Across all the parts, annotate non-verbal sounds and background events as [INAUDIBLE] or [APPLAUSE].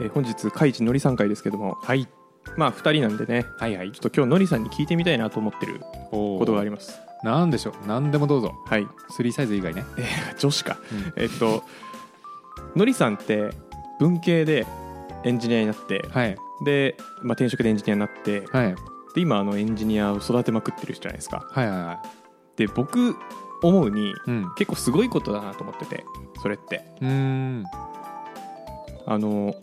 えー本日カイジのりさん会ですけどもはいまあ2人なんでねはいはいちょっと今日のりさんに聞いてみたいなと思ってるおことがありりますなんでしょう何でもどうぞはい3サイズ以外ね、女子かうんえっとのりさんって文系でエンジニアになってはいで、まあ、転職でエンジニアになってではい今あのエンジニアを育てまくってる人じゃないですかはいはいはで僕思うにいうんう結構すごいことだなと思っててそれってーんあの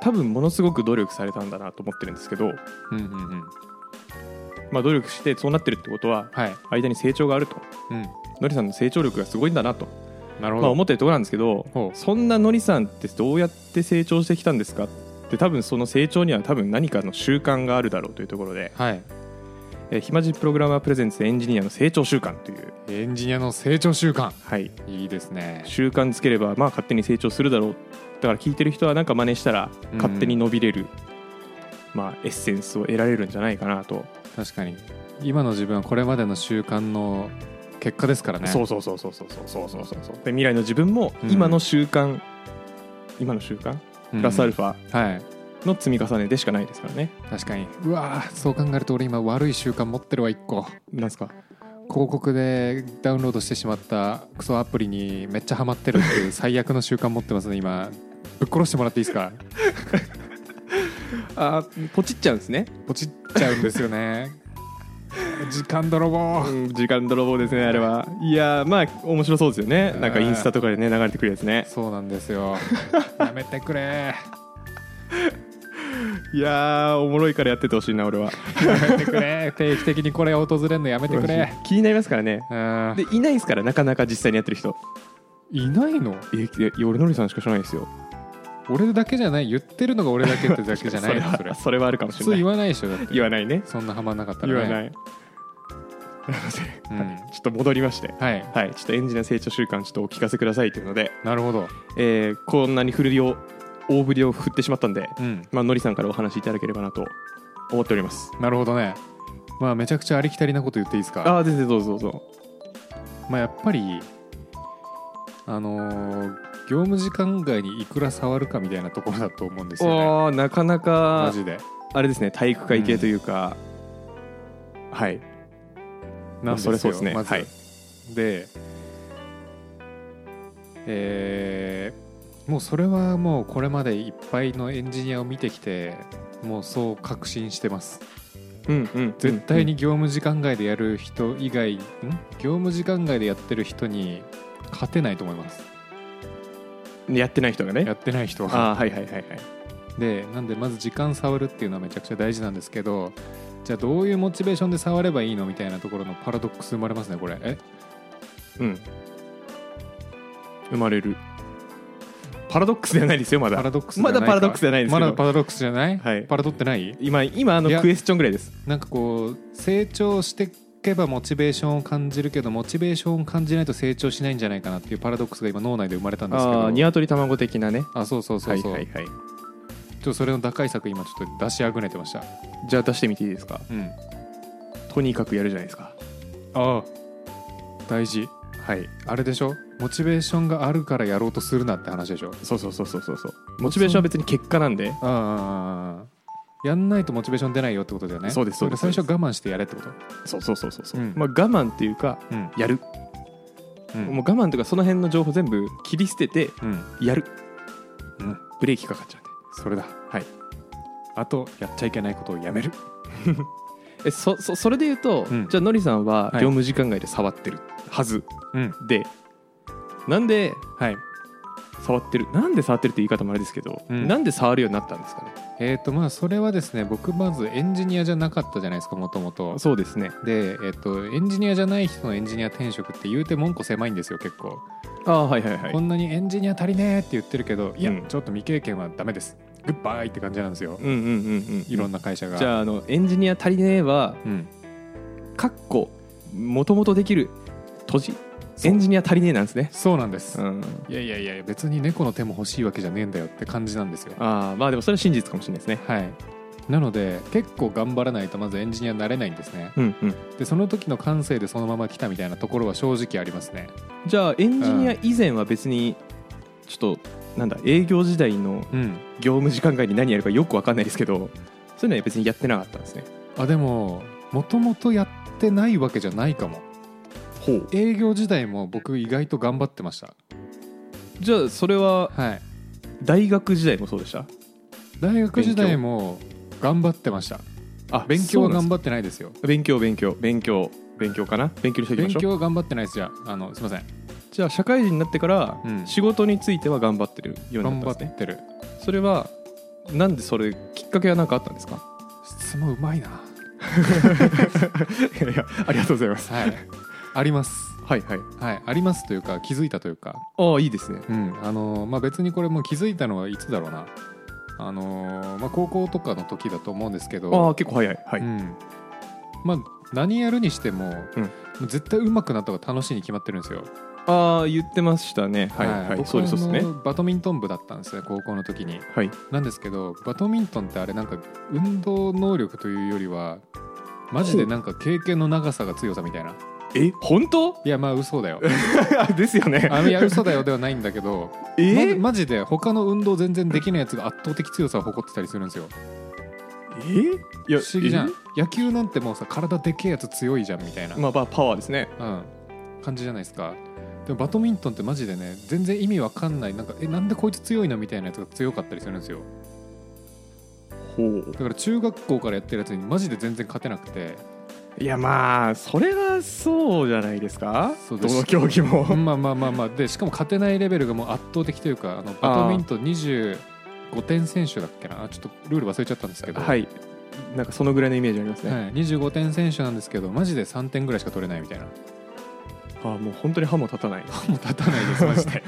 多分ものすごく努力されたんだなと思ってるんですけど、うんうんうんまあ、努力してそうなってるってことははい間に成長があるとうんのりさんの成長力がすごいんだなと、なるほまあ、ど、思ってるところなんですけどほうそんなのりさんってどうやって成長してきたんですかって多分その成長には多分何かの習慣があるだろうというところではい「えー、暇人プログラマープレゼンツエンジニアの成長習慣」という、エンジニアの成長習慣はい、いいですね習慣つければまあ勝手に成長するだろうだから聞いてる人はなんか真似したらうん勝手に伸びれる、まあ、エッセンスを得られるんじゃないかなと、確かに今の自分はこれまでの習慣の結果ですからねそうそうそうそうそうそうそうそうそうで未来の自分もうん今の習慣、今の習慣うんプラスアルファはいの積み重ねでしかないですからね、確かにうわーそう考えると俺今悪い習慣持ってるわ1個なんすか広告でダウンロードしてしまったクソアプリにめっちゃハマってるっていう最悪の習慣持ってますね今ぶっ殺してもらっていいですかあーポチっちゃうんですね、ポチっちゃうんですよね時間泥棒うん、時間泥棒ですねあれはいやーまあ面白そうですよねなんかインスタとかでね流れてくるやつねそうなんですよやめてくれいやーおもろいからやっててほしいな俺はやめてくれ定期的にこれ訪れるのやめてくれ気になりますからねうんでいないですからなかなか実際にやってる人いないのえいや俺のりさんしか知らないですよ俺だけじゃない言ってるのが俺だけってだけじゃないの [LAUGHS] そそれれはそれはあるかもしれ普通ない言わないでしょだって言わないねそんなハマんなかったら言ねわないなのでうちんょっと戻りましてはいはいちょっとエンジニア成長習慣ちょっとお聞かせくださいというので、なるほどえーこんなに振りを大振りを振ってしまったんで、うんまあのりさんからお話しいただければなと思っておりますなるほどねまあめちゃくちゃありきたりなこと言っていいですかああ全然どうぞどうぞまあ、やっぱりあのー業務時間外にいくら触るかみたいなところだと思うんですよねおーなかなマかジであれですね体育会系というか、はいなんですそよれそうですねまず、はいでえーもうそれはもうこれまでいっぱいのエンジニアを見てきてもうそう確信してますうんうん絶対に業務時間外でやる人以外、ん業務時間外でやってる人に勝てないと思いますうんやってない人がねやってない人はああはいはいはいはいでなんでまず時間触るっていうのはめちゃくちゃ大事なんですけどじゃあどういうモチベーションで触ればいいのみたいなところのパラドックス生まれますねこれえうん生まれるパラドックスではないですよまパだラドックスじゃまないかだパラドックスではないですまけど、だパラドックスじゃない、はいパラドってない今今あのいやクエスチョンぐらいですなんかこう成長していけばモチベーションを感じるけどモチベーションを感じないと成長しないんじゃないかなっていうパラドックスが今脳内で生まれたんですけああどーニワトリ卵的なねあそうそうそうそう、はいはいはいちょっとそれの打開策今ちょっと出しあぐねてましたじゃあ出してみていいですかうんとにかくやるじゃないですかああ大事はいあれでしょモチベーションがあるからやろうとするなって話でしょそうそうそうそうそうそうモチベーションは別に結果なんでああやんないとモチベーション出ないよってことだよねそうですそうですだから最初我慢してやれってことそうそうそうそうそう、うんまあ我慢っていうかうんやる、うんもう我慢とかその辺の情報全部切り捨ててうん、やるうん、ブレーキかかっちゃうんでそれだはいあとやっちゃいけないことをやめるえそそそれで言うと、うんじゃあのりさんははい業務時間外で触ってるはずうんで、なんではい触ってるなんで触ってるって言い方もあれですけど、うんなんで触るようになったんですかねえっ、とまあそれはですね僕まずエンジニアじゃなかったじゃないですかもともとそうですねで、えっとエンジニアじゃない人のエンジニア転職って言うて門戸狭いんですよ結構、ああはいはいはこいんなにエンジニア足りねえって言ってるけどいや、うんちょっと未経験はダメですグッバイって感じなんですよ、うんうんうんうんいろんな会社がじゃああのエンジニア足りねえはうん、かっこもともとできる閉じエンジニア足りねえなんですねそうなんです、うんいやいやいや別に猫の手も欲しいわけじゃねえんだよって感じなんですよああまあでもそれは真実かもしれないですねはいなので結構頑張らないとまずエンジニアになれないんですねうんうんでその時の感性でそのまま来たみたいなところは正直ありますねじゃあエンジニア以前は別にちょっとなんだ営業時代のうん業務時間外に何やるかよく分かんないですけどそういうのは別にやってなかったんですねあでももともとやってないわけじゃないかもほう営業時代も僕意外と頑張ってましたじゃあそれははい大学時代もそうでした大学時代も頑張ってましたあ勉強は頑っ張ってないですよ勉強勉強勉強勉強かな勉強にしておきま勉しょう強は頑張ってないですじゃああのすいませんじゃあ社会人になってからうん仕事については頑張ってるように頑な張ったんですね、ってるそれはなんでそれきっかけは何かあったんですか質問うまいない [LAUGHS] やいやありがとうございますはいありますはいはいはいありますというか気づいたというかああいいですねうんあのまあ別にこれもう気づいたのはいつだろうなあのまあ高校とかの時だと思うんですけどああ結構早いはい、うん、まあ何やるにしても、うんもう絶対上手くなった方が楽しいに決まってるんですよ。ああ言ってましたねはいはい、僕そうですそうですあねのバドミントン部だったんですよ高校の時に。はいなんですけどバドミントンってあれなんか運動能力というよりはマジでなんか経験の長さが強さみたいな。え本当いやまあ嘘だよ。 [LAUGHS] ですよねあいや嘘だよではないんだけど、えまー、マジで他の運動全然できないやつが圧倒的強さを誇ってたりするんですよ。えー、いや不思議じゃえん。野球なんてもうさ体でけえやつ強いじゃんみたいな。まあまあパワーですねうん、感じじゃないですかでもバドミントンってマジでね全然意味わかんないなんかえなんでこいつ強いのみたいなやつが強かったりするんですよほうだから中学校からやってるやつにマジで全然勝てなく [LAUGHS] ていやまあそれはそうじゃないですかそうですどの競技もまあまあまあまあでしかも勝てないレベルがもう圧倒的というかあのバドミントン25点選手だっけなあちょっとルール忘れちゃったんですけ [LAUGHS] ど、はいいなんかそのぐらいのイメージありますね、はい、25点選手なんですけどマジで3点ぐらいしか取れないみたいなああもう本当に歯も立たないもう立たないですマジ [LAUGHS] で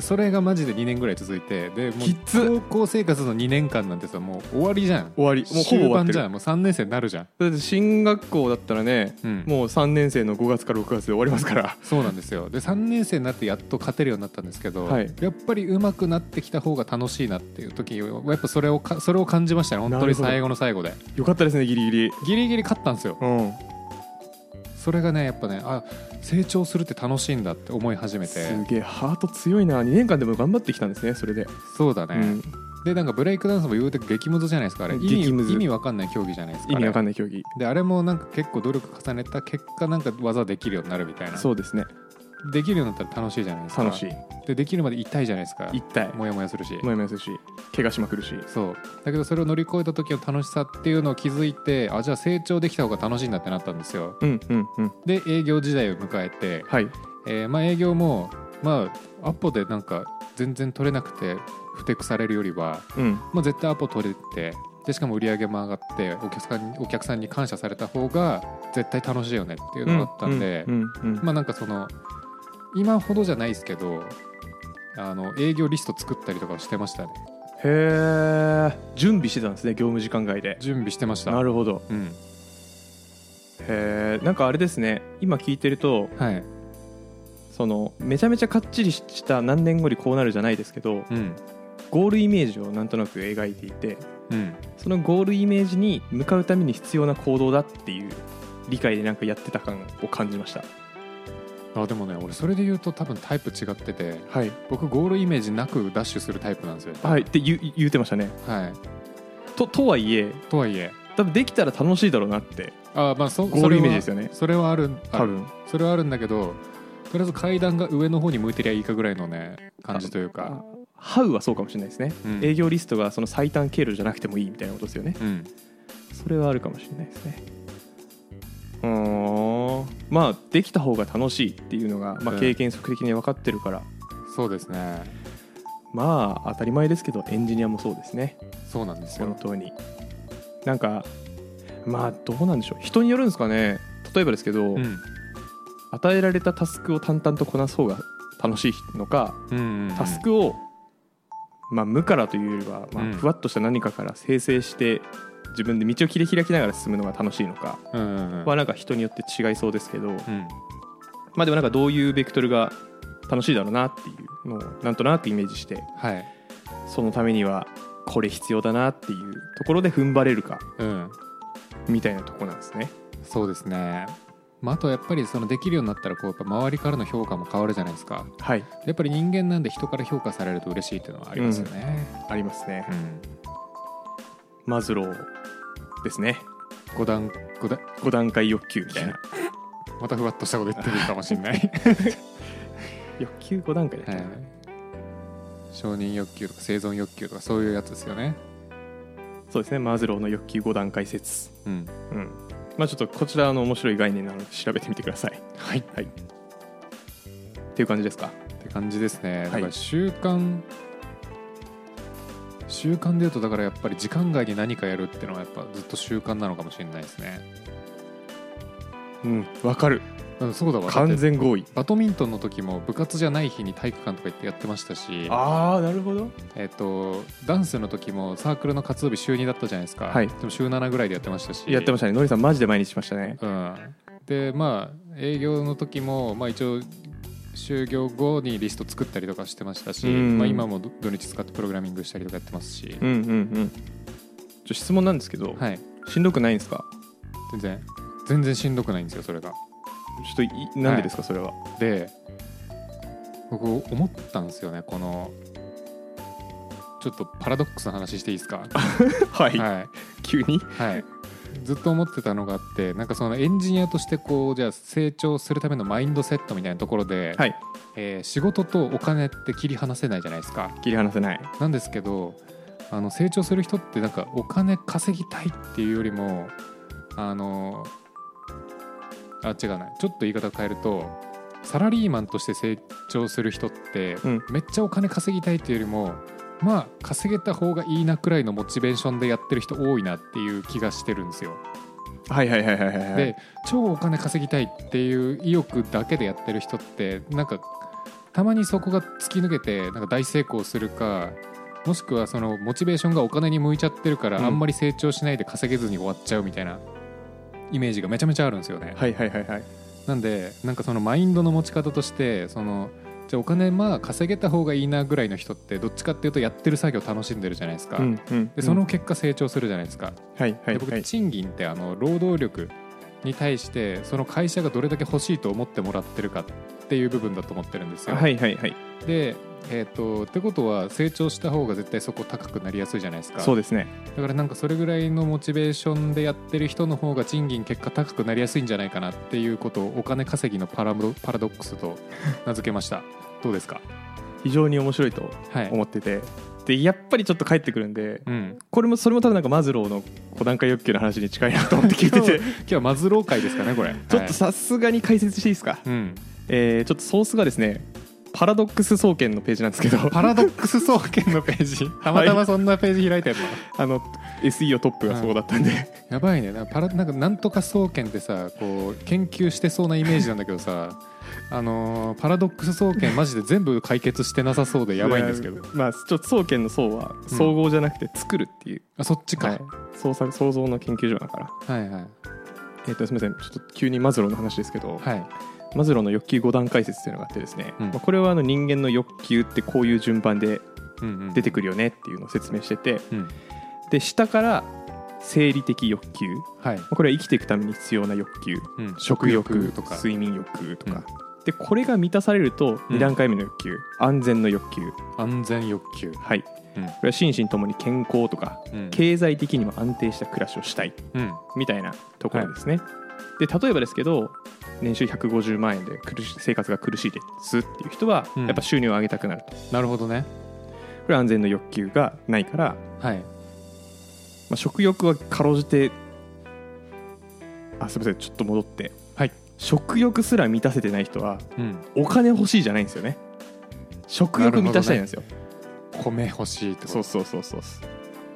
でそれがマジで2年ぐらい続いてでもきつう高校生活の2年間なんてさもう終わりじゃん終わりもうほぼ終わって終盤じるゃんもう3年生になるじゃん、だって進学校だったらねうんもう3年生の5月から6月で終わりますから [LAUGHS] そうなんですよで3年生になってやっと勝てるようになったんですけど、はいやっぱり上手くなってきた方が楽しいなっていう時やっぱそれをかそれを感じましたね本当なるにほど最後の最後でよかったですねギリギリギリギリ勝ったんですようんそれがねやっぱねあ成長するって楽しいんだって思い始めてすげえハート強いな2年間でも頑張ってきたんですねそれで、そうだうね、ん、でなんかブレイクダンスも言うて激ムズじゃないですかあれ意激ムズ味意味わかんない競技じゃないですか意味わかんんない競技であれもなんか結構努力重ねた結果なんか技できるようになるみたいなそうですねできるようになったら楽しいじゃないですか楽しいでできるまで痛いじゃないですか一体モヤモヤするしもやもやするし怪我しまくるしそうだけどそれを乗り越えた時の楽しさっていうのを気づいてあじゃあ成長できた方が楽しいんだってなったんですようんうんうんで営業時代を迎えて、はいえーまあ営業もまあアポでなんか全然取れなくてふてくされるよりは、うんまあ、絶対アポ取れてでしかも売り上げも上がってお客さんにお客さんに感謝された方が絶対楽しいよねっていうのがあったんで、うんうんうんまあなんかその今ほどじゃないですけどあの営業リスト作ったりとかしてましたねへえ準備してたんですね業務時間外で準備してましたなるほどうんへえんかあれですね今聞いてるとはいそのめちゃめちゃかっちりした何年後にこうなるじゃないですけどうんゴールイメージをなんとなく描いていてうんそのゴールイメージに向かうために必要な行動だっていう理解でなんかやってた感を感じましたあでもね俺それで言うと多分タイプ違っててはい、僕ゴールイメージなくダッシュするタイプなんですよはい、って言う言うてましたねはいととはいえとはいえ多分できたら楽しいだろうなってあまあそゴールイメージですよよねそれはあるあ多る分それはあるんだけどとりあえず階段が上の方に向いてりゃいいかぐらいのね感じというか、ハウはそうかもしれないですね、うん営業リストがその最短経路じゃなくてもいいみたいなことですよねうん、それはあるかもしれないですねうーんまあできた方が楽しいっていうのが、まあ、うん経験則的に分かってるから、そうですねまあ当たり前ですけどエンジニアもそうですねそうなんです本よ当になんかまあどうなんでしょう人によるんですかね例えばですけど、うん与えられたタスクを淡々とこなす方が楽しいのかうんうんうんタスクを、まあ、無からというよりは、まうんあ、ふわっとした何かから生成して自分で道を切り開きながら進むのが楽しいのかうんうんうんはなんか人によって違いそうですけど、うんまあ、でもなんかどういうベクトルが楽しいだろうなっていうのをなんとなくイメージしてはいそのためにはこれ必要だなっていうところで踏ん張れるかうんみたいなとこなんですね。そうですねまあ、あとやっぱりそのできるようになったらこうやっぱ周りからの評価も変わるじゃないですかはいやっぱり人間なんで人から評価されると嬉しいっていうのはありますよね、ありますねうんマズローですね五段五段5段階欲求みたいなまたふわっとしたこと言ってるかもしれない、欲求5段階だっ [LAUGHS] け、はい、承認欲求とか生存欲求とかそういうやつですよねそうですねマズローの欲求5段階説うんうんまあちょっとこちらの面白い概念なので調べてみてくださいはいはいっていう感じですかって感じですね、いだから習慣習慣でいうとだからやっぱり時間外に何かやるっていうのはやっぱずっと習慣なのかもしれないですねうんわかるうんそうだわ完だって全合意バドミントンの時も部活じゃない日に体育館とか行ってやってましたしああなるほどえっとダンスの時もサークルの活動日週2だったじゃないですか、はいでも週7ぐらいでやってましたしやってましたねのりさんマジで毎日しましたねうん、でまあ営業の時も、まあ、一応就業後にリスト作ったりとかしてましたし、うんまあ、今も土土日使ってプログラミングしたりとかやってますし、うんうんうんちょ質問なんですけど、はい、しんどくないんですか全然全然しんどくないんですよそれがちょっといなんでですか、それはで僕思ったんですよねこのちょっとパラドックスの話していいですかはい、はい急にはい、ずっと思ってたのがあってなんかそのエンジニアとしてこうじゃあ成長するためのマインドセットみたいなところで、はいえー仕事とお金って切り離せないじゃないですか切り離せないなんですけどあの成長する人ってなんかお金稼ぎたいっていうよりもあのあ違うなちょっと言い方を変えるとサラリーマンとして成長する人って、うんめっちゃお金稼ぎたいっていうよりもまあ稼げた方がいいなくらいのモチベーションでやってる人多いなっていう気がしてるんですよ。はいはいはいはいはいはいで超お金稼ぎたいっていう意欲だけでやってる人ってなんかたまにそこが突き抜けてなんか大成功するかもしくはそのモチベーションがお金に向いちゃってるから、うんあんまり成長しないで稼げずに終わっちゃうみたいなイメージがめちゃめちゃあるんですよね。はいはいはいはいなんでなんかそのマインドの持ち方としてそのじゃあお金まあ稼げた方がいいなぐらいの人ってどっちかっていうとやってる作業楽しんでるじゃないですか。うんうんでその結果成長するじゃないですか。はいはいでは僕い賃金ってあの労働力に対してその会社がどれだけ欲しいと思ってもらってるかっていう部分だと思ってるんですよ。はいはいはいでえー、とってことは成長した方が絶対そこ高くなりやすいじゃないですかそうですねだからなんかそれぐらいのモチベーションでやってる人の方が賃金結果高くなりやすいんじゃないかなっていうことをお金稼ぎのパラドパラドックスと [LAUGHS] 名付けましたどうですか非常に面白いとはい、思っててでやっぱりちょっと帰ってくるんでうん、これもそれも多分なんかマズローの5段階欲求の話に近いなと思って聞いてて今日はマズロー会ですかねこれ [LAUGHS] ちょっとさすがに解説していいですか、はいうん、えーちょっとソースがですねパラドックス総研のページなんですけど [LAUGHS] パラドックス総研のページたまたまそんなページ開いてんの、 [LAUGHS] あの SEO トップがそうだったんで、やばいねなんかパラなんかなんとか総研ってさこう研究してそうなイメージなんだけど [LAUGHS] さあのーパラドックス総研マジで全部解決してなさそうでやばいんですけどまあちょっと総研の総は総合じゃなくて作るっていう、あそっちか、はい、創作創造の研究所だからはいはいえっ、とすみませんちょっと急にマズローの話ですけど、はいマズローの欲求5段階説っていうのがあってですね、うんまあ、これはあの人間の欲求ってこういう順番でうんうん出てくるよねっていうのを説明しててうんで下から生理的欲求はい、これは生きていくために必要な欲求うん、食欲とか睡眠欲とか、でこれが満たされるとうん2段階目の欲求、安全の欲求安全欲求、はいこうんれは心身ともに健康とかうん経済的にも安定した暮らしをしたいうんみたいなところですね、で例えばですけど年収150万円で苦し生活が苦しいですっていう人はうんやっぱ収入を上げたくなると、こなるほどねれは安全の欲求がないから、はいまあ、食欲はかろうじてあすみませんちょっと戻ってはい食欲すら満たせてない人はうんお金欲しいじゃないんですよね食欲満たしたいんですよ、米欲しいってことそうそうそうそう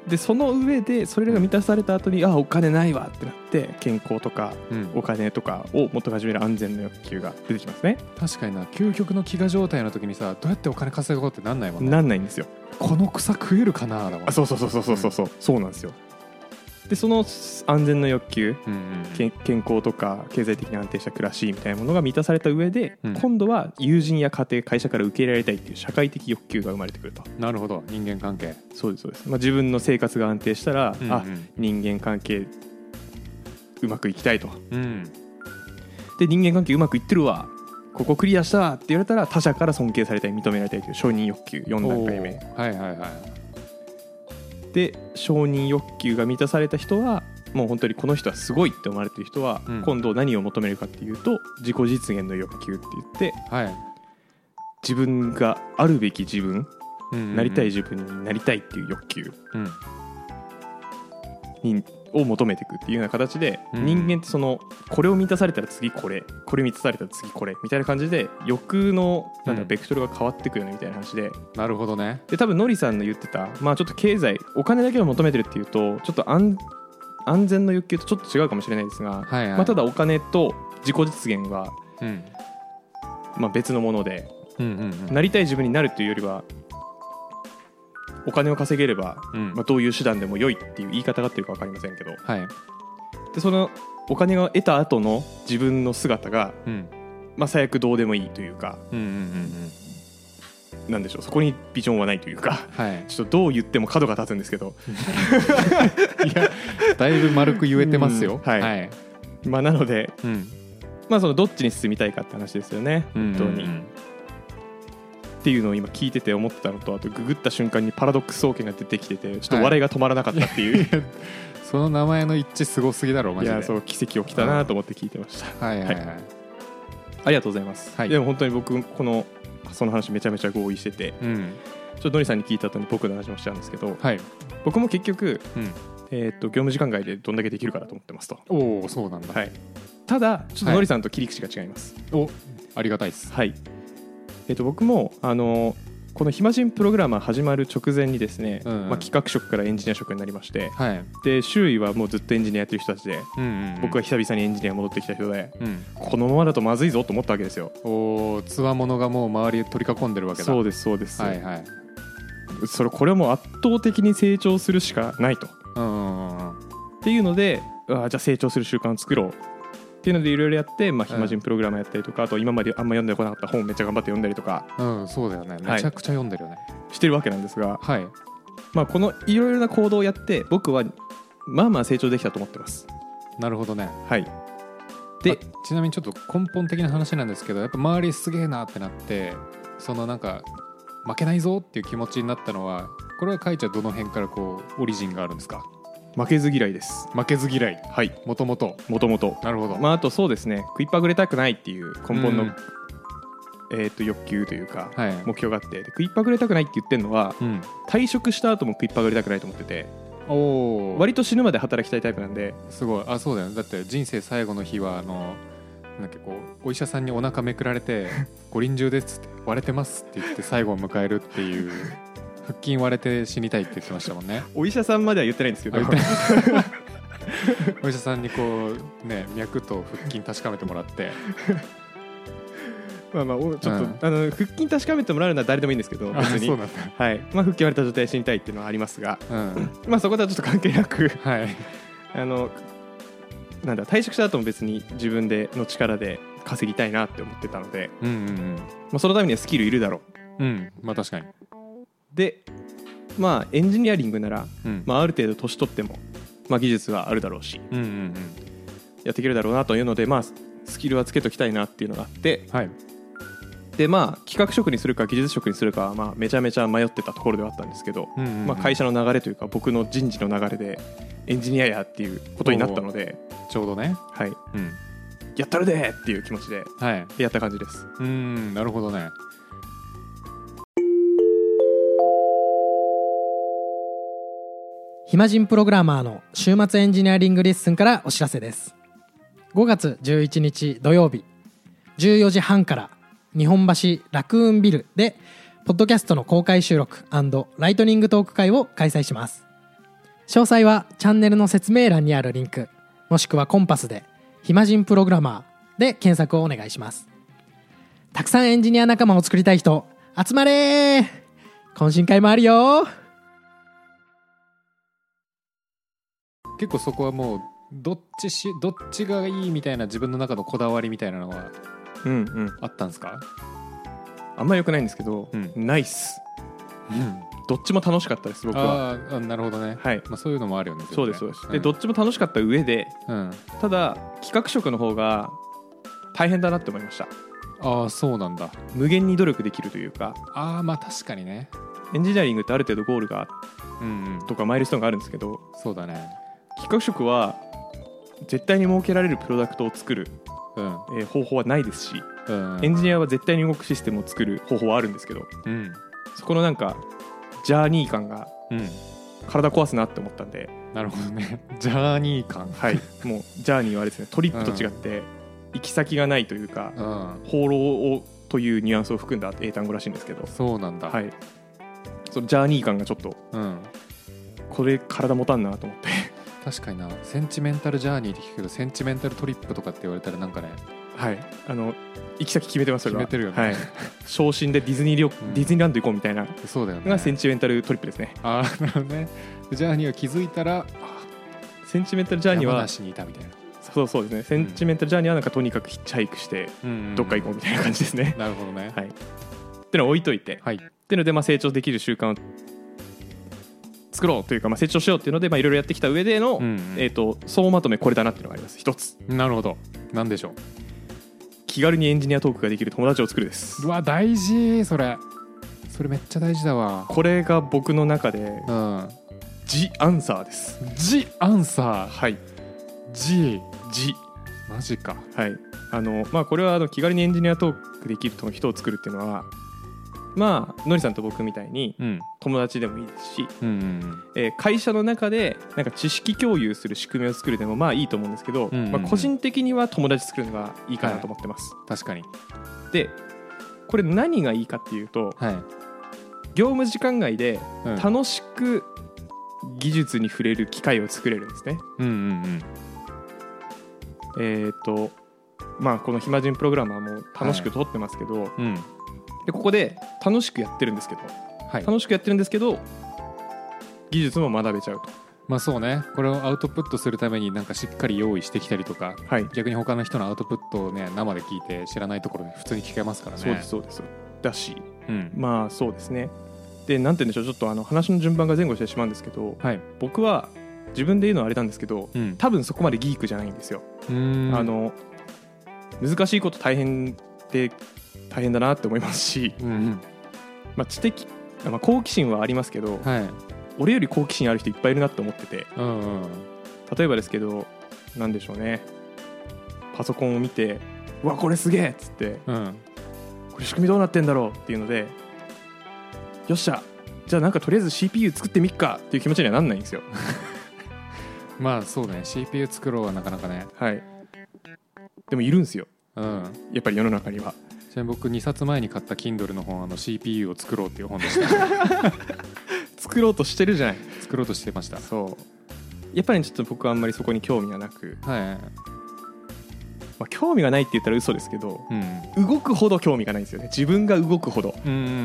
でその上でそれらが満たされた後に、あお金ないわってなって健康とかうんお金とかをもっと始める安全の欲求が出てきますね確かにな究極の飢餓状態の時にさどうやってお金稼ごうってなんないもんねなんないんですよこの草食えるかなだもんあそうそうそうそうそうそうそうそうなんですよでその安全の欲求うんうんうけん健康とか経済的に安定した暮らしみたいなものが満たされた上で、うん今度は友人や家庭会社から受け入れられたいっていう社会的欲求が生まれてくるとなるほど人間関係そうですそうです、まあ、自分の生活が安定したら、うんうんあ人間関係うまくいきたいとうんで人間関係うまくいってるわここクリアしたわって言われたら他者から尊敬されたい認められたいという承認欲求4段階目おーはいはいはいで承認欲求が満たされた人はもう本当にこの人はすごいって思われてる人は、うん今度何を求めるかっていうと自己実現の欲求って言ってはい、自分があるべき自分うんうんうんなりたい自分になりたいっていう欲求うんにを求めていくっていうような形で、うん人間ってそのこれを満たされたら次これこれ満たされたら次これみたいな感じで欲のなんだうんベクトルが変わってくよねみたいな話でなるほどねで多分ノリさんの言ってたまあちょっと経済お金だけを求めてるっていうとちょっと安安全の欲求とちょっと違うかもしれないですが、はいはいまあ、ただお金と自己実現はうんまあ別のものでうんうんうんなりたい自分になるというよりはお金を稼げれば、うんまあ、どういう手段でも良いっていう言い方があってるか分かりませんけどはいでそのお金を得た後の自分の姿が、うんまあ、最悪どうでもいいというかうんうんうんうんなんでしょうそこにビジョンはないというかはいちょっとどう言っても角が立つんですけど、いやだいぶ丸く言えてますうんよはいはいまあ、なので、うんまあ、そのどっちに進みたいかって話ですよねう本ん当に、うんうっんていうのを今聞いてて思ったのとあとググった瞬間にパラドックス総研が出てきててちょっと笑いが止まらなかったっていう、いその名前の一致すごすぎだ [LAUGHS] ろマジでやそう奇跡起きたなと思って聞いてましたはいはいはい、ありがとうございます、はいでも本当に僕このその話めちゃめちゃ合意しててうんちょっとノリさんに聞いた後に僕の話もしちゃうんですけどはい、僕も結局、うん、えー、と業務時間外でどんだけできるかだと思ってますと、おおそうなんだ、はい、ただちょっとノリさんと切り口が違いますおありがたいですはい、えー、と僕もあのこの暇人プログラマー始まる直前にですね、うんうんまあ、企画職からエンジニア職になりましてはいで周囲はもうずっとエンジニアやってる人たちでうんうんうん僕は久々にエンジニア戻ってきた人でうんこのままだとまずいぞと思ったわけですよおおつわものがもう周り取り囲んでるわけだそうでですそうです、はいはいそれこれはもう圧倒的に成長するしかないとっうんうんうんうんていうのでああじゃあ成長する習慣を作ろうっていうのでいろいろやって、まあ、うん暇人プログラムやったりとか、あと今まであんま読んでこなかった本をめっちゃ頑張って読んだりとかうん、そうだよねはいめちゃくちゃ読んでるよねしてるわけなんですが、はい、まあ、このいろいろな行動をやって僕はまあまあ成長できたと思ってます。なるほどねはい、で、でちなみにちょっと根本的な話なんですけどやっぱ周りすげえなってなってそのなんか負けないぞっていう気持ちになったのはこれはカイちゃんどの辺からこうオリジンがあるんですか負けず嫌いです。負けず嫌いはいもともともともと。なるほど、まあ、あとそうですね食いっぱぐれたくないっていう根本の、うんえー、と欲求というか、はい目標があってで食いっぱぐれたくないって言ってるのはうん、退職した後も食いっぱぐれたくないと思ってておお割と死ぬまで働きたいタイプなんですごいあそうだよねだって人生最後の日はあのなんかこうお医者さんにお腹めくられ [LAUGHS] て「ご臨終です」って「割れてます」って言って最後を迎えるっていう腹筋割れて死にたいって言ってましたもんねお医者さんまでは言ってないんですけどあ言ってないお医者さんにこうね脈と腹筋確かめてもら [LAUGHS] って [LAUGHS] まあまあおちょっと、うんあの腹筋確かめてもらうのは誰でもいいんですけどあ別にそうなんだはいまあ、腹筋割れた状態で死にたいっていうのはありますが、うんまあ、そこではちょっと関係なくはいあのなんだ退職した後も別に自分での力で稼ぎたいなって思ってたので、うんうんまあ、そのためにはスキルいるだろううんうんまあ確かにでまあエンジニアリングなら、うん、まあ、ある程度年取っても、まあ、技術はあるだろうしうんうんうんやっていけるだろうなというので、まあ、スキルはつけときたいなっていうのがあってはいでまあ企画職にするか技術職にするかは、まあ、めちゃめちゃ迷ってたところではあったんですけど、うんうんうんまあ、会社の流れというか僕の人事の流れでエンジニアやっていうことになったので、ちょうどねはい、うんやったるでーっていう気持ちではいでやった感じですうんなるほどね暇人プログラマーの週末エンジニアリングレッスンからお知らせです5月11日土曜日14時半から日本橋ラクーンビルでポッドキャストの公開収録ライトニングトーク会を開催します詳細はチャンネルの説明欄にあるリンクもしくはコンパスで「暇人プログラマー」で検索をお願いしますたくさんエンジニア仲間を作りたい人集まれー懇親会もあるよー結構そこはもうどっちしどっちがいいみたいな自分の中のこだわりみたいなのはうんうんあったんですか、あんまよくないんですけど、うんナイスどっちも楽しかったです僕はあーあなるほどね、はいまあ、そういうのもあるよねそうですそうです、でんどっちも楽しかった上でうんただ企画職の方が大変だなって思いましたああそうなんだ無限に努力できるというかああまあ確かにねエンジニアリングってある程度ゴールがうんうんとかマイルストーンがあるんですけどそうだね企画職は絶対に設けられるプロダクトを作る、うんえー方法はないですしうんエンジニアは絶対に動くシステムを作る方法はあるんですけどうんそこのなんかジャーニー感がうん体壊すなって思ったんで、なるほどね [LAUGHS] ジャーニー感はい、もうジャーニーはあれですねトリップと違って行き先がないというかうん放浪をというニュアンスを含んだ英単語らしいんですけど、そうなんだ、はい、そのジャーニー感がちょっとうんこれ体持たんなと思って確かになセンチメンタルジャーニーって聞くけどセンチメンタルトリップとかって言われたらなんかねはいあの行き先決めてますそれは決めてるよねはい、昇進でディズニー旅、んディズニーランド行こうみたいなそうだよねがセンチメンタルトリップですねああなるほどねジャーニーは気づいたらあセンチメンタルジャーニー山は梨にいたみたいな、そうそうですねセンチメンタルジャーニーはなんかとにかくヒッチハイクしてどっか行こうみたいな感じですね、なるほどねはいってのを置いといて、はいっていうので、まあ、成長できる習慣を作ろうというか、まあ、成長しようっていうのでまあいろいろやってきた上での、うんうんえー、と総まとめこれだなっていうのがあります一つなるほどなんでしょ気軽にエンジニアトークができる友達を作るですううわ大事それそれめっちゃ大事だわこれが僕の中でうん「ジ・アンサー」ですジアンサはいージ「ジマジか」はいあのまあこれはあの気軽にエンジニアトークできる人を作るっていうのはまあのりさんと僕みたいにうん友達でもいいですし、うんうんえー会社の中でなんか知識共有する仕組みを作るでもまあいいと思うんですけど、うんうんうんまあ、個人的には友達作るのがいいかなと思ってます、確かにでこれ何がいいかっていうとはい、業務時間外でうん、楽しく技術に触れる機会を作れるんですねうんうんうんえっ、とまあこの暇人プログラマーも楽しく撮ってますけど、うんでここで楽しくやってるんですけどはい楽しくやってるんですけど技術も学べちゃうとまあそうねこれをアウトプットするためになんかしっかり用意してきたりとかはい逆に他の人のアウトプットをね生で聞いて知らないところで普通に聞けますからねそうです、そうですだしうん、まあそうですねでなんて言うんでしょうちょっとあの話の順番が前後してしまうんですけどはい僕は自分で言うのはあれなんですけどうん多分そこまでギークじゃないんですよ、うーんあの難しいこと大変で大変だなって思いますし、 [LAUGHS] うんうんまあ、知的、まあ、好奇心はありますけど、はい俺より好奇心ある人いっぱいいるなって思っててうんうん例えばですけどなんでしょうねパソコンを見て「うわこれすげえ!」っつってうん「これ仕組みどうなってんだろう?」っていうので「よっしゃじゃあなんかとりあえず CPU 作ってみっか」っていう気持ちにはなんないんですよ。 [LAUGHS] まあそうね CPU 作ろうはなかなかねはいでもいるんですようんやっぱり世の中には。ちなみに僕2冊前に買った Kindle の本あの CPU を作ろうっていう本でした [LAUGHS] 作ろうとしてるじゃない作ろうとしてましたそうやっぱりちょっと僕はあんまりそこに興味がなく、はいまあ、興味がないって言ったら嘘ですけどうん動くほど興味がないんですよね自分が動くほど、うんうんうんうん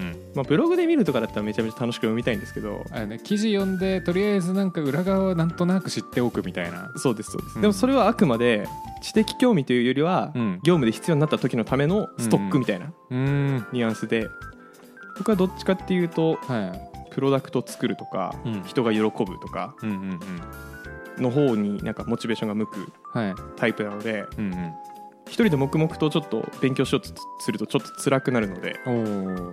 うんまあ、ブログで見るとかだったらめちゃめちゃ楽しく読みたいんですけどあれね記事読んでとりあえずなんか裏側はなんとなく知っておくみたいなそうですそうです、うんでもそれはあくまで知的興味というよりは、うん業務で必要になった時のためのストックみたいなうーんニュアンスで僕はどっちかっていうとはプロダクト作るとか、うん人が喜ぶとかいうんうんうんの方になんかモチベーションが向くはいタイプなのでうんうん一人で黙々とちょっと勉強しようとするとちょっと辛くなるのでおお、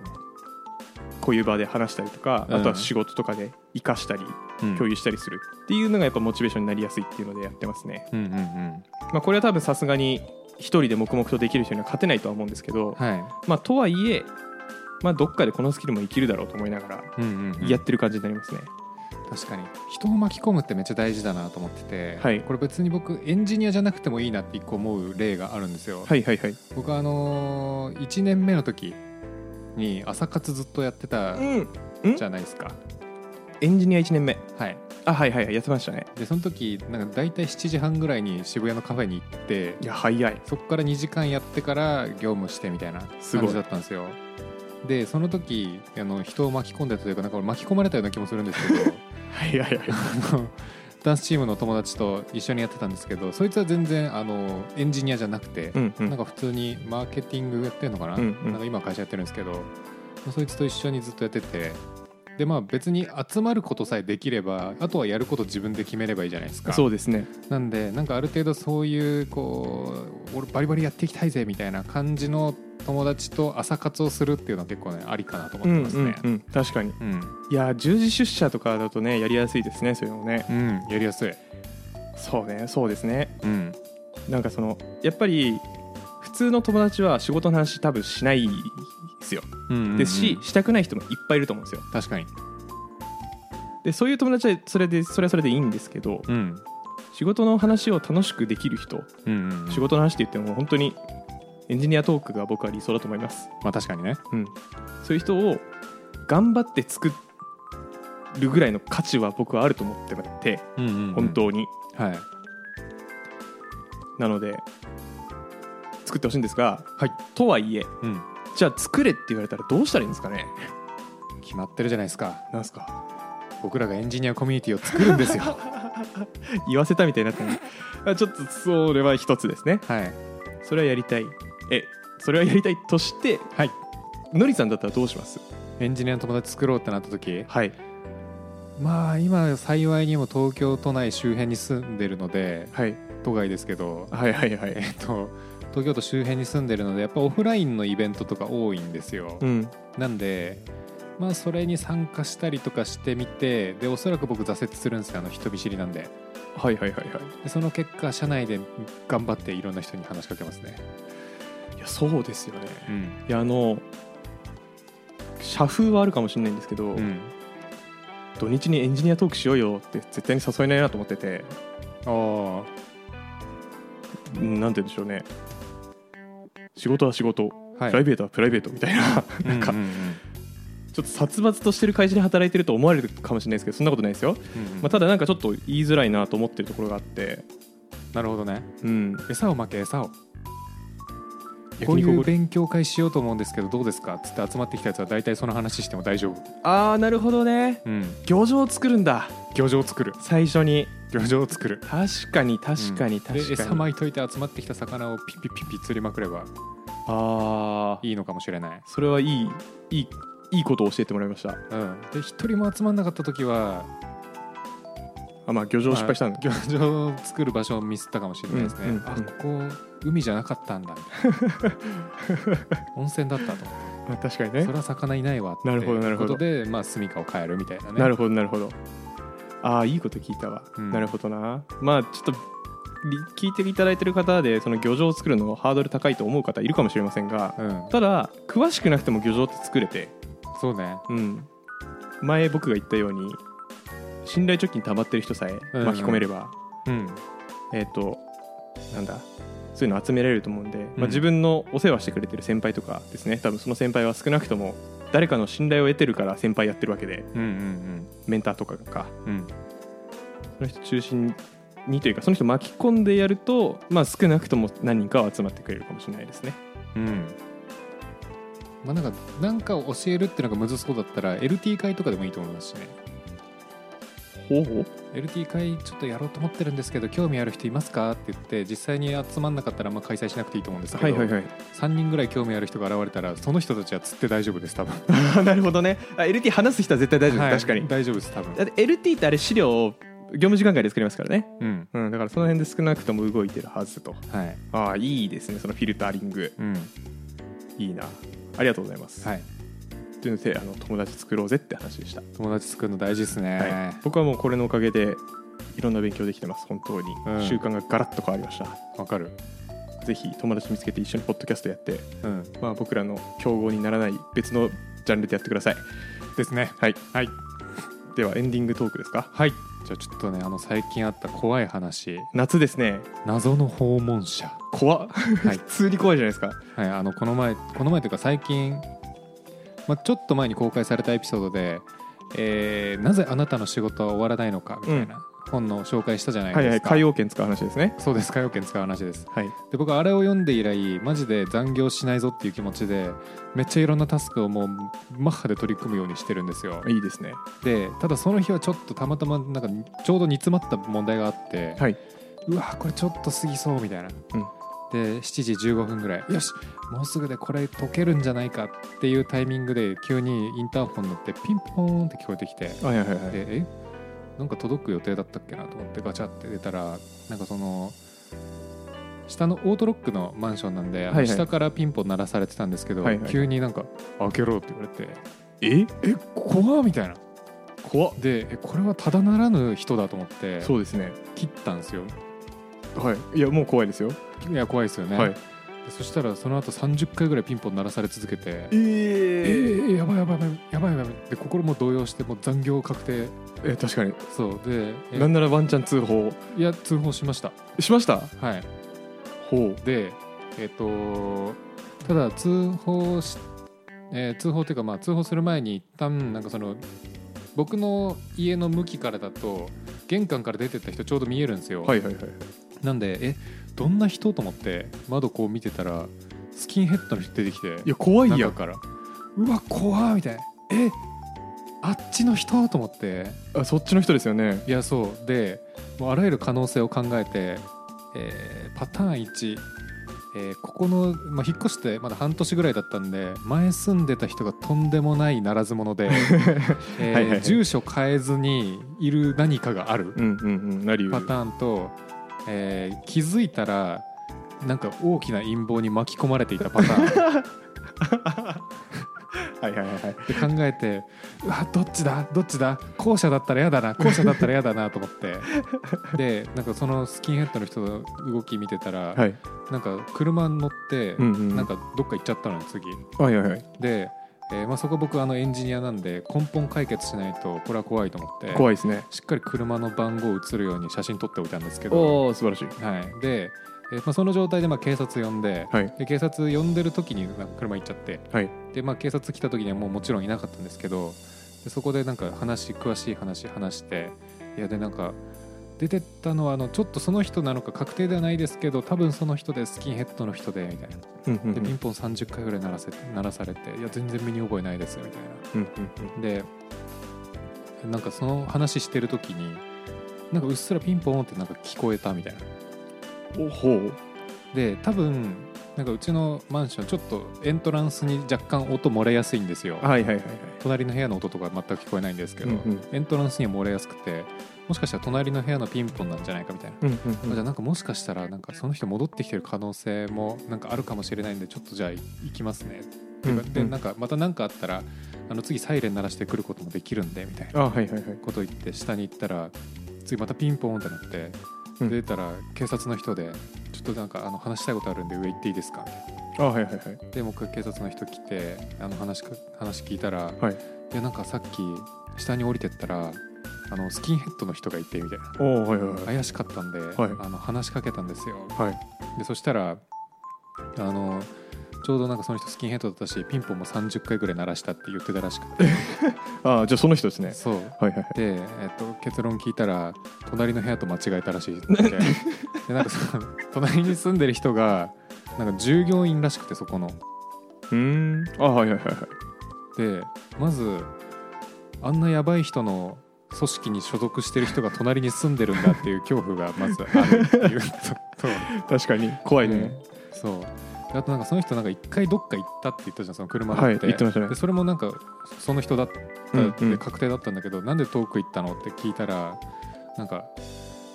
こういう場で話したりとか、うんあとは仕事とかで生かしたりうん共有したりするっていうのがやっぱモチベーションになりやすいっていうのでやってますね、うんうんうんまあ、これは多分さすがに一人で黙々とできる人には勝てないとは思うんですけど、はまあとはいえ、まあ、どっかでこのスキルも生きるだろうと思いながらい、うんうんうん、やってる感じになりますね、確かに人を巻き込むってめっちゃ大事だなと思ってて、はいこれ別に僕エンジニアじゃなくてもいいなって一個思う例があるんですよ、はいはいはい僕あのー、1年目の時に朝活ずっとやってたうんじゃないですか、エンジニア1年目はいあはいはいはいやってましたねでその時なんか大体7時半ぐらいに渋谷のカフェに行っていや早いそこから2時間やってから業務してみたいなすごい感じだったんですよでその時あの人を巻き込んでたというかなんか俺巻き込まれたような気もするんですけど [LAUGHS] はいはいはいあのダンスチームの友達と一緒にやってたんですけどそいつは全然あのエンジニアじゃなくて、うんうんなんか普通にマーケティングやってるのかな,、うんうんなんか今会社やってるんですけどそいつと一緒にずっとやっててでまあ別に集まることさえできればあとはやること自分で決めればいいじゃないですかそうですねなんでなんかある程度そういうこう俺バリバリやっていきたいぜみたいな感じの友達と朝活をするっていうのは結構ねありかなと思ってますね。うんうんうん、確かにうん、うんいや十字出社とかだとねやりやすいですねそういうのもねやりやすい。そうねそうですねうん、なんかそのやっぱり普通の友達は仕事の話多分しないですようんうんうんですし、したくない人もいっぱいいると思うんですよ確かに。でそういう友達はそれでそれはそれでいいんですけどうん、仕事の話を楽しくできる人うん、うん、仕事の話って言っても本当にエンジニアトークが僕は理想だと思います、まあ確かにね。うん、そういう人を頑張って作るぐらいの価値は僕はあると思っててうん、うん、本当に、はい。なので作ってほしいんですが、はい、とはいえうん、じゃあ作れって言われたらどうしたらいいんですかね決まってるじゃないですか。なんすか僕らがエンジニアコミュニティを作るんですよ。 [LAUGHS] 言わせたみたいになった [LAUGHS] のにあちょっとそれは一つですねはい。それはやりたいえそれはやりたいとしてはい。のりさんだったらどうしますエンジニアの友達作ろうってなった時、はいまあ今幸いにも東京都内周辺に住んでるので、はい都外ですけど、はいはいはいえっと東京都周辺に住んでるので、やっぱオフラインのイベントとか多いんですよ。うんなんで。まあそれに参加したりとかしてみてでおそらく僕挫折するんですよあの人見知りなんではいはいはいはいでその結果社内で頑張っていろんな人に話しかけますねいやそうですよねうんいやあの社風はあるかもしれないんですけど、うん土日にエンジニアトークしようよって絶対に誘えないなと思っててあうんなんて言うんでしょうね仕事は仕事、あはいプライベートはプライベートみたい [LAUGHS] ななんか、ううちょっと殺伐としてる会社で働いてると思われるかもしれないですけどそんなことないですよ、うんうんまあ、ただなんかちょっと言いづらいなと思ってるところがあってなるほどねうん餌をまけ餌をこ焼う肉いおごうる勉強会しようと思うんですけどどうですかっつって集まってきたやつは大体その話しても大丈夫ああなるほどねうん漁場を作るんだ漁場を [LAUGHS] 作る最初に漁場を作る確かに確かにうん確かに、で餌まいといて集まってきた魚をピッピッピッピ釣りまくればああいいのかもしれない、それはいいいいいいことを教えてもらいましたうん、で一人も集まんなかった時は [LAUGHS] あまあ漁場失敗したん [LAUGHS] だ、まあ漁場を作る場所をミスったかもしれないですね、うんうんうんあここ海じゃなかったんだみたいな温泉だったと思ってまあ確かにそれは魚いないわってなるほどなるほどことでまあ住みかを変えるみたいなねなるほどなるほどああいいこと聞いたわ、うんなるほどなまあちょっとり聞いていただいてる方でその漁場を作るのハードル高いと思う方いるかもしれませんがうんただ詳しくなくても漁場って作れてそうねうん前僕が言ったように信頼貯金溜まってる人さえうん巻き込めれば、うんえっ、となんだそういうの集められると思うんで、うんまあ、自分のお世話してくれてる先輩とかですね多分その先輩は少なくとも誰かの信頼を得てるから先輩やってるわけでうんうんメンターとかがうんうんその人中心にというかその人巻き込んでやると、まあ、少なくとも何人かは集まってくれるかもしれないですねうんまあなんかなんかを教えるっていうのがむずそうだったら LT 会とかでもいいと思いますしねほうほう LT 会ちょっとやろうと思ってるんですけど興味ある人いますかって言って実際に集まんなかったらまあ開催しなくていいと思うんですけど、はいはいはい [LAUGHS] 3人ぐらい興味ある人が現れたらその人たちは釣って [LAUGHS] 大丈夫です多分なるほどねあ LT 話す人は絶対大丈夫、はい確かに大丈夫です多分だって LT ってあれ資料を業務時間外で作りますからね、うんうん、だからその辺で少なくとも動いてるはずとはいああいいですねそのフィルタリングうんいいなありがとうございます、はいというのであの友達作ろうぜって話でした、友達作るの大事ですね、はい、僕はもうこれのおかげでいろんな勉強できてます本当に、うん習慣がガラッと変わりましたわかるぜひ友達見つけて一緒にポッドキャストやって、うんまあ、僕らの競合にならない別のジャンルでやってくださいですねはいはいではエンディングトークですかはいじゃあちょっとねあの最近あった怖い話夏ですね謎の訪問者怖っはい [LAUGHS] 普通に怖いじゃないですかはい、あのこの前この前というか最近、まあ、ちょっと前に公開されたエピソードで、えーなぜあなたの仕事は終わらないのか」みたいな本の紹介したじゃないはいはでいすか、海洋圏使う話ですねそうです海洋圏使う話ですはいで僕はあれを読んで以来マジで残業しないぞっていう気持ちでめっちゃいろんなタスクをもうマッハで取り組むようにしてるんですよいいですねでただその日はちょっとたまたまなんかちょうど煮詰まった問題があって、はい、うわこれちょっと過ぎそうみたいな、で7時15分ぐらいよしもうすぐでこれ解けるんじゃないかっていうタイミングで急にインターホン乗ってピンポーンって聞こえてきてではいはいはいはいえなんか届く予定だったっけなと思ってガチャって出たらなんかその下のオートロックのマンションなんで、あのはいはい下からピンポン鳴らされてたんですけど、はいはい急になんか「開けろ」って言われてえ「え怖っ!」みたいな怖っでえこれはただならぬ人だと思ってそうですね切ったんですよはいいやもう怖いですよ、いや怖いですよね、はいでそしたらその後30回ぐらいピンポン鳴らされ続けてええー、ー、やばいやばいやばいやばいやばいで心も動揺してもう残業確定え確かにそうでえなんならワンチャン通報いや通報しましたしましたはいほうでえっ、とただ通報し、えー通報っていうかまあ通報する前に一旦なんかその僕の家の向きからだと玄関から出てった人ちょうど見えるんですよ、はいはいはいなんでえどんな人と思って窓こう見てたらスキンヘッドの人出てきていや怖いや中んからうわ怖っみたいなえあっちの人と思ってあそっちの人ですよねいやそうでもうあらゆる可能性を考えて、えーパターン1、えーここの、まあ、引っ越してまだ半年ぐらいだったんで前住んでた人がとんでもないならず者 [LAUGHS] で、えーはいはい住所変えずにいる何かがあるうんうんうんなりうるパターンと、えー気づいたらなんか大きな陰謀に巻き込まれていたパターンはいはいはいはいで考えてうわどっちだどっちだ後者だったら嫌だな後者だったら嫌だなと [LAUGHS] 思ってでなんかそのスキンヘッドの人の動き見てたら、はいなんか車に乗って、うんうんなんかどっか行っちゃったのよ次はいはいはいで、えーまあ、そこ僕あのエンジニアなんで根本解決しないとこれは怖いと思って怖いですねしっかり車の番号写るように写真撮っておいたんですけど、おお素晴らしいはい、で、えーまあ、その状態でまあ警察呼んで,、はいで警察呼んでる時になんか車行っちゃってはいで、まあ、警察来た時にはもうもちろんいなかったんですけどでそこでなんか話詳しい話話していやでなんか出てったのはあのちょっとその人なのか確定ではないですけど多分その人でスキンヘッドの人でみたいなうんうんでピンポン30回ぐらい鳴らせ鳴らされていや全然身に覚えないですみたいうんうんなでなんかその話してる時になんかうっすらピンポンってなんか聞こえたみたいなうんおほうで多分なんかうちのマンションちょっとエントランスに若干音漏れやすいんですよはいはいはいはい隣の部屋の音とか全く聞こえないんですけど、うんうんエントランスには漏れやすくてもしかしたら隣の部屋のピンポンなんじゃないかみたいな、うんうんあじうゃあんなんかもしかしたらなんかその人戻ってきてる可能性もなんかあるかもしれないんでちょっとじゃあ行きますね、っていうかうんうんでなんかまた何かあったらあの次サイレン鳴らしてくることもできるんでみたいなあはいはいはいことを言って下に行ったら次またピンポンってなってうん出たら警察の人でちょっとなんかあの話したいことあるんで上行っていいですかみたいなあはいはいはいでもう一回警察の人来てあの話か話聞いたら、はいやなんかさっき下に降りてったらあのスキンヘッドの人がいてみたいなおおはいはいはい怪しかったんで、はいあの話しかけたんですよはいでそしたらあのちょうどなんかその人スキンヘッドだったしピンポンも30回ぐらい鳴らしたって言ってたらしく [LAUGHS] てあーじゃあその人ですねそうはいはいはいで、えっと、結論聞いたら隣の部屋と間違えたらしいってでなんかその隣に住んでる人がなんか従業員らしくてそこのうーんあはいはいはいはいでまずあんなやばい人の組織に所属してる人が隣に住んでるんだっていう恐怖がまずあるっていうと確かに怖いうんねそうであとなんかその人なんか一回どっか行ったって言ったじゃんその車乗って、はい行ってましたねでそれもなんかその人だったっうんうてん確定だったんだけど、なんで遠く行ったのって聞いたらなんか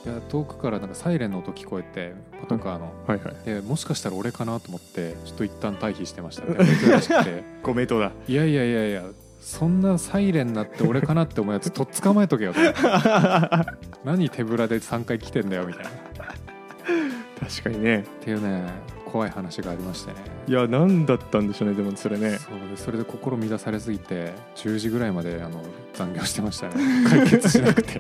いや遠くからなんかサイレンの音聞こえてパトカーの、はいはいでもしかしたら俺かなと思ってちょっと一旦退避してましたね珍し [LAUGHS] くて。ご名答だいやいやいやいやそんなサイレンなって俺かなって思うやつとっ捕まえと [LAUGHS] けよと何手ぶらで3回来てんだよみたいなっ確かにねていうね怖い話がありましてねいや何だったんでしょうねでもそれねそうでそれで心乱されすぎて10時ぐらいまであの残業してましたね [LAUGHS] 解決しなくて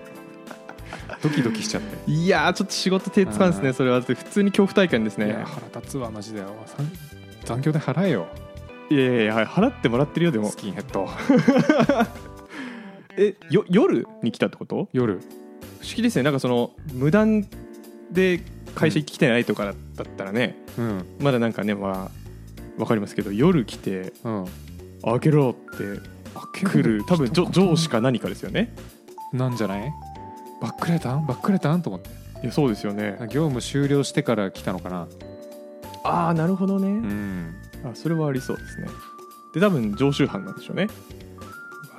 ドキドキしちゃって、いやーちょっと仕事手つかんですうねんそれは普通に恐怖体験ですいねや腹立つわマジでよさん残業で払えよいやいやいや払ってもらってるよでもスキンヘッドえよ夜に来たってこと夜不思議ですねなんかその無断で会社来てないとかだったらね、うんまだなんかねまあわかりますけど夜来てうん開けろって来る多分じょ上司か何かですよねなんじゃないバックレたんバックレたんと思っていやそうですよね業務終了してから来たのかなああなるほどうね、ん、あそれはありそうですねで多分常習犯なんでしょうね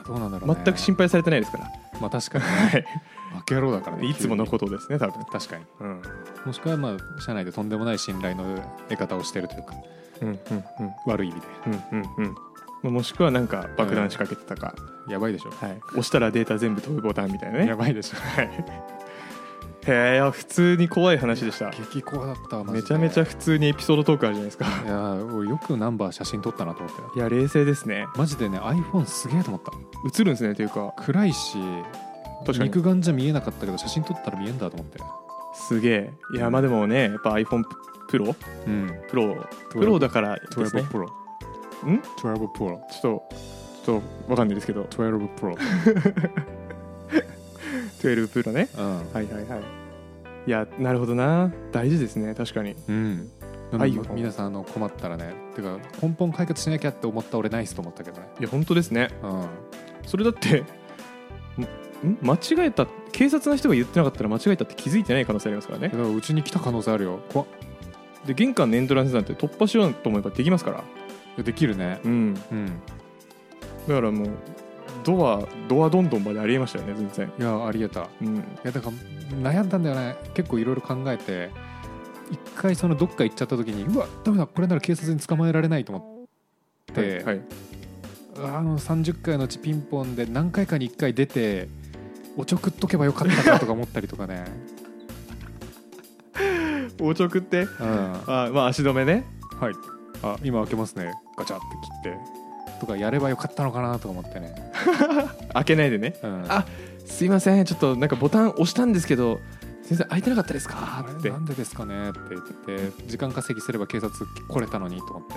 あどうなんだろう、ね、全く心配されてないですからまあ確かにはねいバカ野郎だからねいつもの急にことですね多分、確かにうんもしくはまあ社内でとんでもない信頼の得方をしてるというかうんうんうん悪い意味でうんうんうんまあもしくはなんか爆弾仕掛けてたか、やばいでしょ、はい、押したらデータ全部飛ぶボタンみたいなやねばいでしょへえ普通に怖い話でした [LAUGHS] 激怖だったわマジめでちゃめちゃ普通にエピソードトークあるじゃないですかいやー俺よくナンバー写真撮ったなと思っていや冷静ですねマジでね iPhone すげえと思った映るんですねというか暗いし確かに肉眼じゃ見えなかったけど写真撮ったら見えんだと思ってすげえいやまあでもねやっぱ iPhone プロうんプロプロだからですね12 Pro ん12 Pro ちょっとちょっとわかんないですけど12 Pro 12プロねうんはいはいはいいやなるほどな大事ですね確かにうんははいい、皆さんあの困ったらねてか根本解決しなきゃって思った俺ナイスと思ったけどねいや本当ですねうんそれだって [LAUGHS] んん間違えた警察の人が言ってなかったら間違えたって気づいてない可能性ありますからねけどうちに来た可能性あるよ怖っで玄関のエントランスなんて突破しようと思えばできますからできるねうんだうんからもうドアドアどんどんまでありえましたよね全然いやありえたうんいやだから悩んだんだよね結構いろいろ考えて一回そのどっか行っちゃった時にうわダメだこれなら警察に捕まえられないと思って、はいはいあの30回のうちピンポンで何回かに1回出ておちょくっとけばよかったかとか思ったりとか [LAUGHS] ね、横直ってうん、はあまあ足止めねいあ今開けますねガチャって切ってとかやればよかったのかなとか思ってね、開けないでねうん、あすいませんちょっとなんかボタン押したんですけど先生開いてなかったですかあっれてなんでですかねって言って時間稼ぎすれば警察来れたのにと思って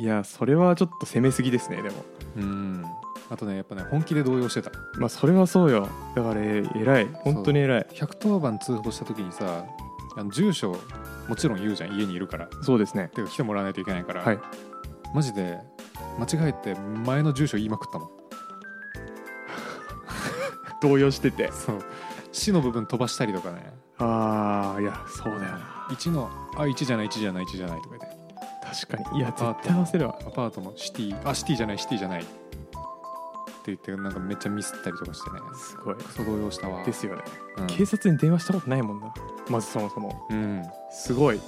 いやそれはちょっと攻めすぎですねでもうんあとねやっぱね本気で動揺してたまあそれはそうよだからえ偉い本当に偉い110番通報した時にさあの住所もちろん言うじゃん家にいるからそうですねてか来てもらわないといけないから、はいマジで間違えて前の住所言いまくったもん動揺しててそう市の部分飛ばしたりとかねああいやそうだよな1のあ1じゃない1じゃない1じゃないとか言って確かにいや絶パー対合わせるわアパートのシティあシティじゃないシティじゃないって言ってなんかめっちゃミスったりとかしてねすごいクソ動揺したわですよね、うん警察に電話したことないもんなまずそもそもうんすごい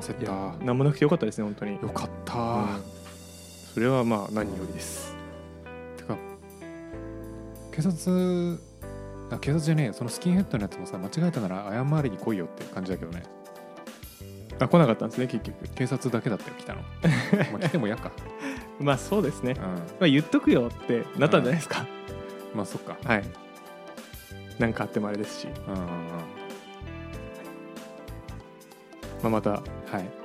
焦っいたや何もなくてよかったですね本当によかった、うんそれはまあ何よりですてか警察あ警察じゃねえそのスキンヘッドのやつもさ間違えたなら謝りに来いよって感じだけどねあ来なかったんですね結局警察だけだったよ来 [LAUGHS] たのまあ来ても嫌かまあそうですねうんまあ言っとくよってなったんじゃないですか、まあそっかはいなんかあってもあれですし、うんうんうんまあ、またはい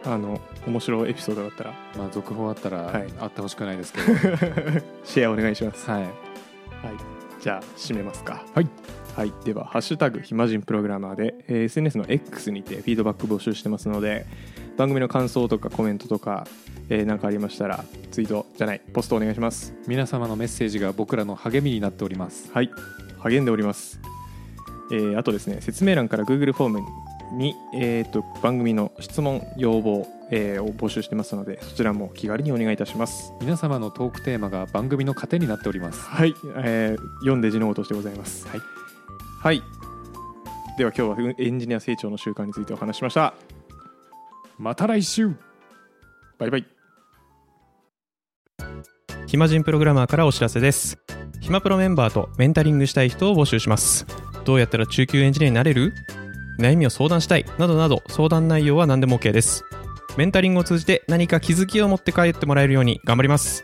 あの面白いエピソードだったらまあ続報あったら、はいあってほしくないで [LAUGHS] すけどはシェアお願いしますいはい、じゃあ締めますかはい、はい、では「ハッシュタグ暇人プログラマーで」えー SNS の X にてフィードバック募集してますので番組の感想とかコメントとか何、えーなんかありましたらツイートじゃないポストお願いします皆様のメッセージが僕らの励みになっておりますはい励んでおります、えーあとですね説明欄から Google フォームに、えー、と番組の質問要望、えーを募集してますのでそちらも気軽にお願いいたします皆様のトークテーマが番組の糧になっておりますはい、えー読んで字のごとしてございますはい、はい、では今日はエンジニア成長の習慣についてお話ししましたまた来週バイバイ暇人プログラマーからお知らせです暇プロメンバーとメンタリングしたい人を募集しますどうやったら中級エンジニアになれる悩みを相談したいなどなど相談内容は何でも OK ですメンタリングを通じて何か気づきを持って帰ってもらえるように頑張ります